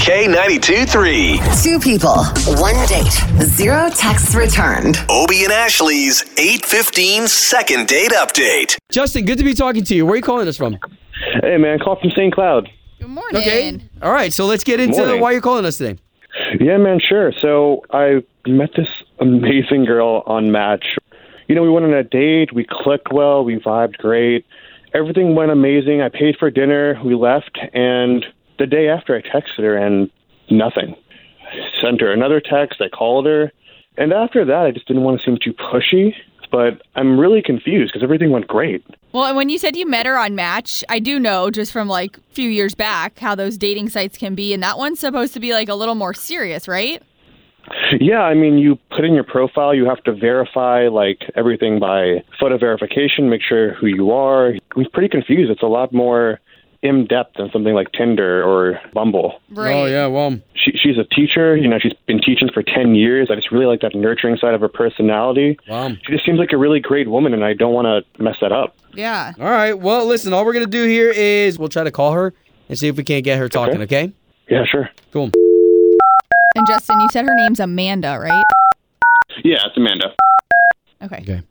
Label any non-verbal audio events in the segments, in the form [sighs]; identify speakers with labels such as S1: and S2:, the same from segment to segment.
S1: K92 3.
S2: Two people, one date, zero texts returned.
S1: Obie and Ashley's 815 second date update.
S3: Justin, good to be talking to you. Where are you calling us from?
S4: Hey man, call from St. Cloud.
S5: Good morning.
S3: All right, so let's get into
S4: Morning.
S3: why you're calling us today.
S4: Yeah man, sure. So I met this amazing girl on Match. You know, we went on a date, we clicked well, we vibed great. Everything went amazing. I paid for dinner, we left, and the day after I texted her and nothing. Sent her another text, I called her, and after that I just didn't want to seem too pushy, but I'm really confused because everything went great.
S5: Well, and when you said you met her on Match, I do know just from like a few years back how those dating sites can be, and that one's supposed to be like a little more serious, right?
S4: Yeah, I mean, you put in your profile, you have to verify like everything by photo verification, make sure who you are. I'm pretty confused. It's a lot more in depth than something like Tinder or Bumble.
S5: Right.
S3: Oh, yeah, well,
S4: She, she's a teacher. You know, she's been teaching for 10 years. I just really like that nurturing side of her personality.
S3: wow.
S4: She just seems like a really great woman, and I don't want to mess that up.
S5: Yeah.
S3: All right, well, listen, all we're going to do here is we'll try to call her and see if we can't get her talking, okay?
S4: Yeah, sure.
S3: Cool.
S5: And Justin, you said her name's Amanda, right?
S4: Yeah, it's Amanda.
S5: Okay.
S3: Okay.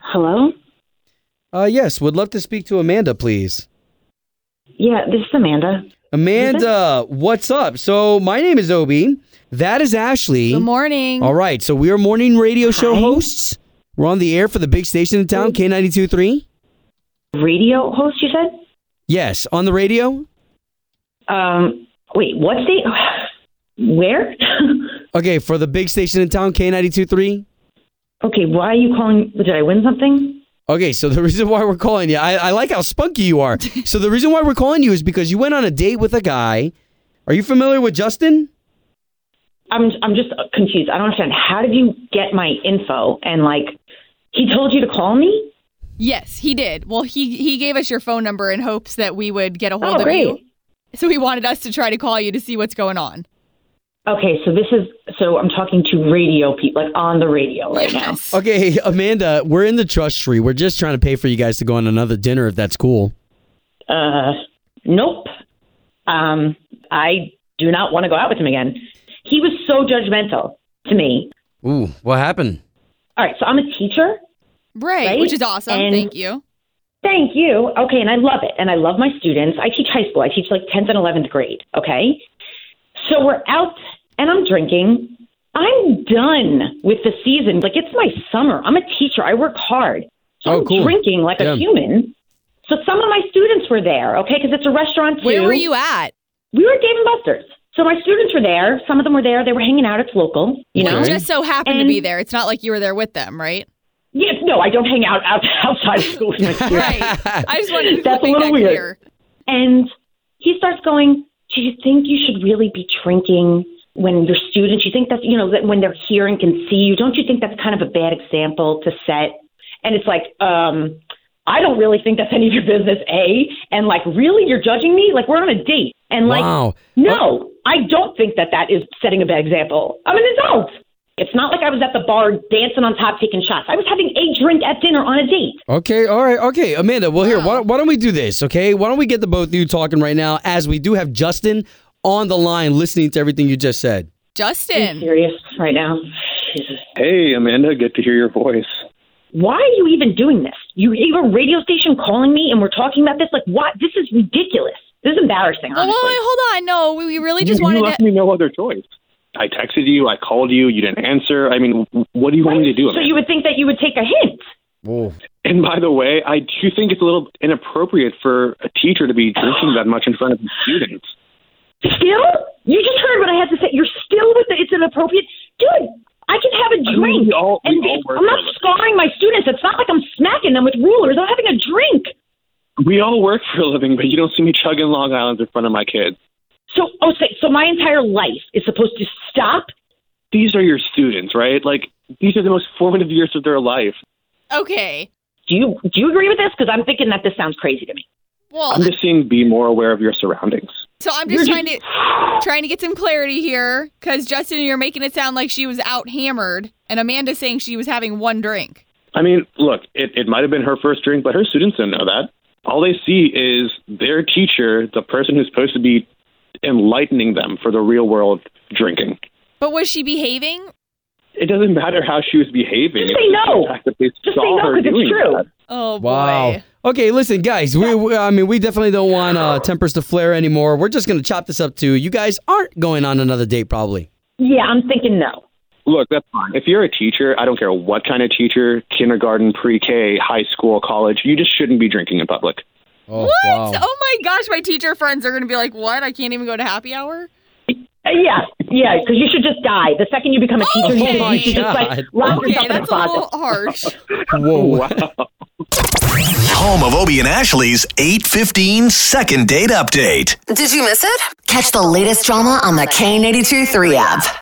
S6: Hello?
S3: Uh, yes, would love to speak to Amanda, please.
S6: Yeah, this is Amanda.
S3: Amanda, what's up? So, my name is Obi. That is Ashley.
S5: Good morning.
S3: All right, so we are morning radio show
S6: Hi.
S3: hosts. We're on the air for the big station in town, K92 3.
S6: Radio host, you said?
S3: Yes, on the radio.
S6: Um, wait, what state? [sighs] Where? [laughs]
S3: Okay, for the big station in town, K92 3.
S6: okay, why are you calling? Did I win something?
S3: Okay, so the reason why we're calling you, I, I like how spunky you are. So the reason why we're calling you is because you went on a date with a guy. Are you familiar with Justin?
S6: I'm, I'm just confused. I don't understand. How did you get my info? And, like, he told you to call me?
S5: Yes, he did. Well, he he gave us your phone number in hopes that we would get a hold
S6: Oh,
S5: of
S6: great.
S5: you. So he wanted us to try to call you to see what's going on.
S6: Okay, so this is, so I'm talking to radio people, like on the radio right now.
S5: yes.
S3: Okay, [laughs] Amanda, we're in the trust tree. We're just trying to pay for you guys to go on another dinner if that's cool.
S6: uh, nope. Um, I do not want to go out with him again. He was so judgmental to me.
S3: Ooh, what happened?
S6: All right, so I'm a teacher.
S5: Right,
S6: Right?
S5: Which is awesome.
S6: And-
S5: Thank you.
S6: Thank you. Okay, and I love it. And I love my students. I teach high school. I teach like 10th and 11th grade, okay? So we're out and I'm drinking. I'm done with the season. Like it's my summer. I'm a teacher. I work hard. So
S3: Oh,
S6: I'm
S3: cool.
S6: drinking like
S3: Yeah.
S6: a human. So some of my students were there, okay? Because it's a restaurant too.
S5: Where were you at?
S6: we were at Dave and Buster's. So my students were there. Some of them were there. They were hanging out. It's local, you know.
S3: Okay.
S5: Just so happened to
S6: And-
S5: be there. It's not like you were there with them, right?
S6: Yeah, no, I don't hang out, [laughs] out outside of school
S3: [laughs]
S6: with my students.
S5: Right. I just wanted to
S6: [laughs] That's a
S5: make
S6: little
S5: that clear.
S6: weird. And he starts going, Do you think you should really be drinking when your students, you think that's, you know, that when they're here and can see you, don't you think that's kind of a bad example to set? And it's like, um, I don't really think that's [laughs] any of your business, A. And like, really? You're judging me? Like, we're on a date. And like,
S3: wow.
S6: no, I don't think that that is setting a bad example. I'm an adult. It's not like I was at the bar dancing on top taking shots. I was having a drink at dinner on a date.
S3: Okay, all right, okay, Amanda. Well, here, why,
S5: Wow.
S3: why don't we do this? Okay, why don't we get the both of you talking right now, as we do have Justin on the line listening to everything you just said.
S6: I'm
S5: Justin.
S6: serious right now. Jesus.
S4: Hey Amanda, good to hear your voice.
S6: why are you even doing this? You you have a radio station calling me and we're talking about this? Like, what? This is ridiculous. This is embarrassing,
S5: Oh, wait,
S6: honestly.
S5: hold on. No, we, we really just
S4: you, you
S5: wanted
S4: left
S5: to.
S4: me no other choice. I texted you, I called you, you didn't answer. I mean, what do you want me to do?
S6: so
S4: Amanda?
S6: you would think that you would take a hint.
S3: Whoa.
S4: And by the way, I do think it's a little inappropriate for a teacher to be drinking that much in front of the students.
S6: Still? You just heard what I had to say. You're still with the, it's inappropriate. Dude, I can have a
S4: I mean,
S6: drink.
S4: we all- we
S6: and
S4: all
S6: it-
S4: work for a
S6: I'm not
S4: living.
S6: scarring my students. It's not like I'm smacking them with rulers. I'm having a drink.
S4: We all work for a living, but you don't see me chugging Long Island in front of my kids.
S6: So, oh, say, so my entire life is supposed to stop
S4: These are your students, right? Like, these are the most formative years of their life.
S5: Okay.
S6: do you do you agree with this? Because I'm thinking that this sounds crazy to me.
S5: Well,
S4: I'm just saying be more aware of your surroundings.
S5: so I'm just trying to trying to get some clarity here because Justin, you're making it sound like she was out hammered, and Amanda's saying she was having one drink.
S4: I mean, look, it, it might have been her first drink, but her students didn't know that. all they see is their teacher, the person who's supposed to be enlightening them for the real world drinking.
S5: But was she behaving?
S4: It doesn't matter how she was behaving.
S6: Just say
S4: It's
S6: no.
S4: the fact that they
S6: Oh, Just say
S4: saw
S6: no
S4: her
S6: because
S4: doing
S6: it's true.
S4: that.
S5: Oh
S3: Wow.
S5: boy.
S3: Okay, listen, guys. We, we, I mean, we definitely don't want
S5: [gasps]
S3: uh, tempers to flare anymore. We're just gonna chop this up to you guys aren't going on another date, probably.
S6: Yeah, I'm thinking no.
S4: Look, that's fine. If you're a teacher, I don't care what kind of teacher, kindergarten, pre-K, high school, college, you just shouldn't be drinking in public.
S3: Oh, [laughs]
S5: What? Oh my gosh, my teacher friends are going to be like, "What? I can't even go to happy hour?"
S6: Uh, yeah, yeah, because you should just die. The second you become a teacher,
S5: [laughs] Okay.
S6: you should just
S3: Oh, God.
S6: like lock
S5: Oh Okay,
S6: yourself in the
S5: that's a
S6: closet.
S5: little harsh.
S3: Whoa.
S1: Home of Obie and Ashley's 815 second date update.
S2: Did you miss it? Catch the latest drama on the K82 3 app.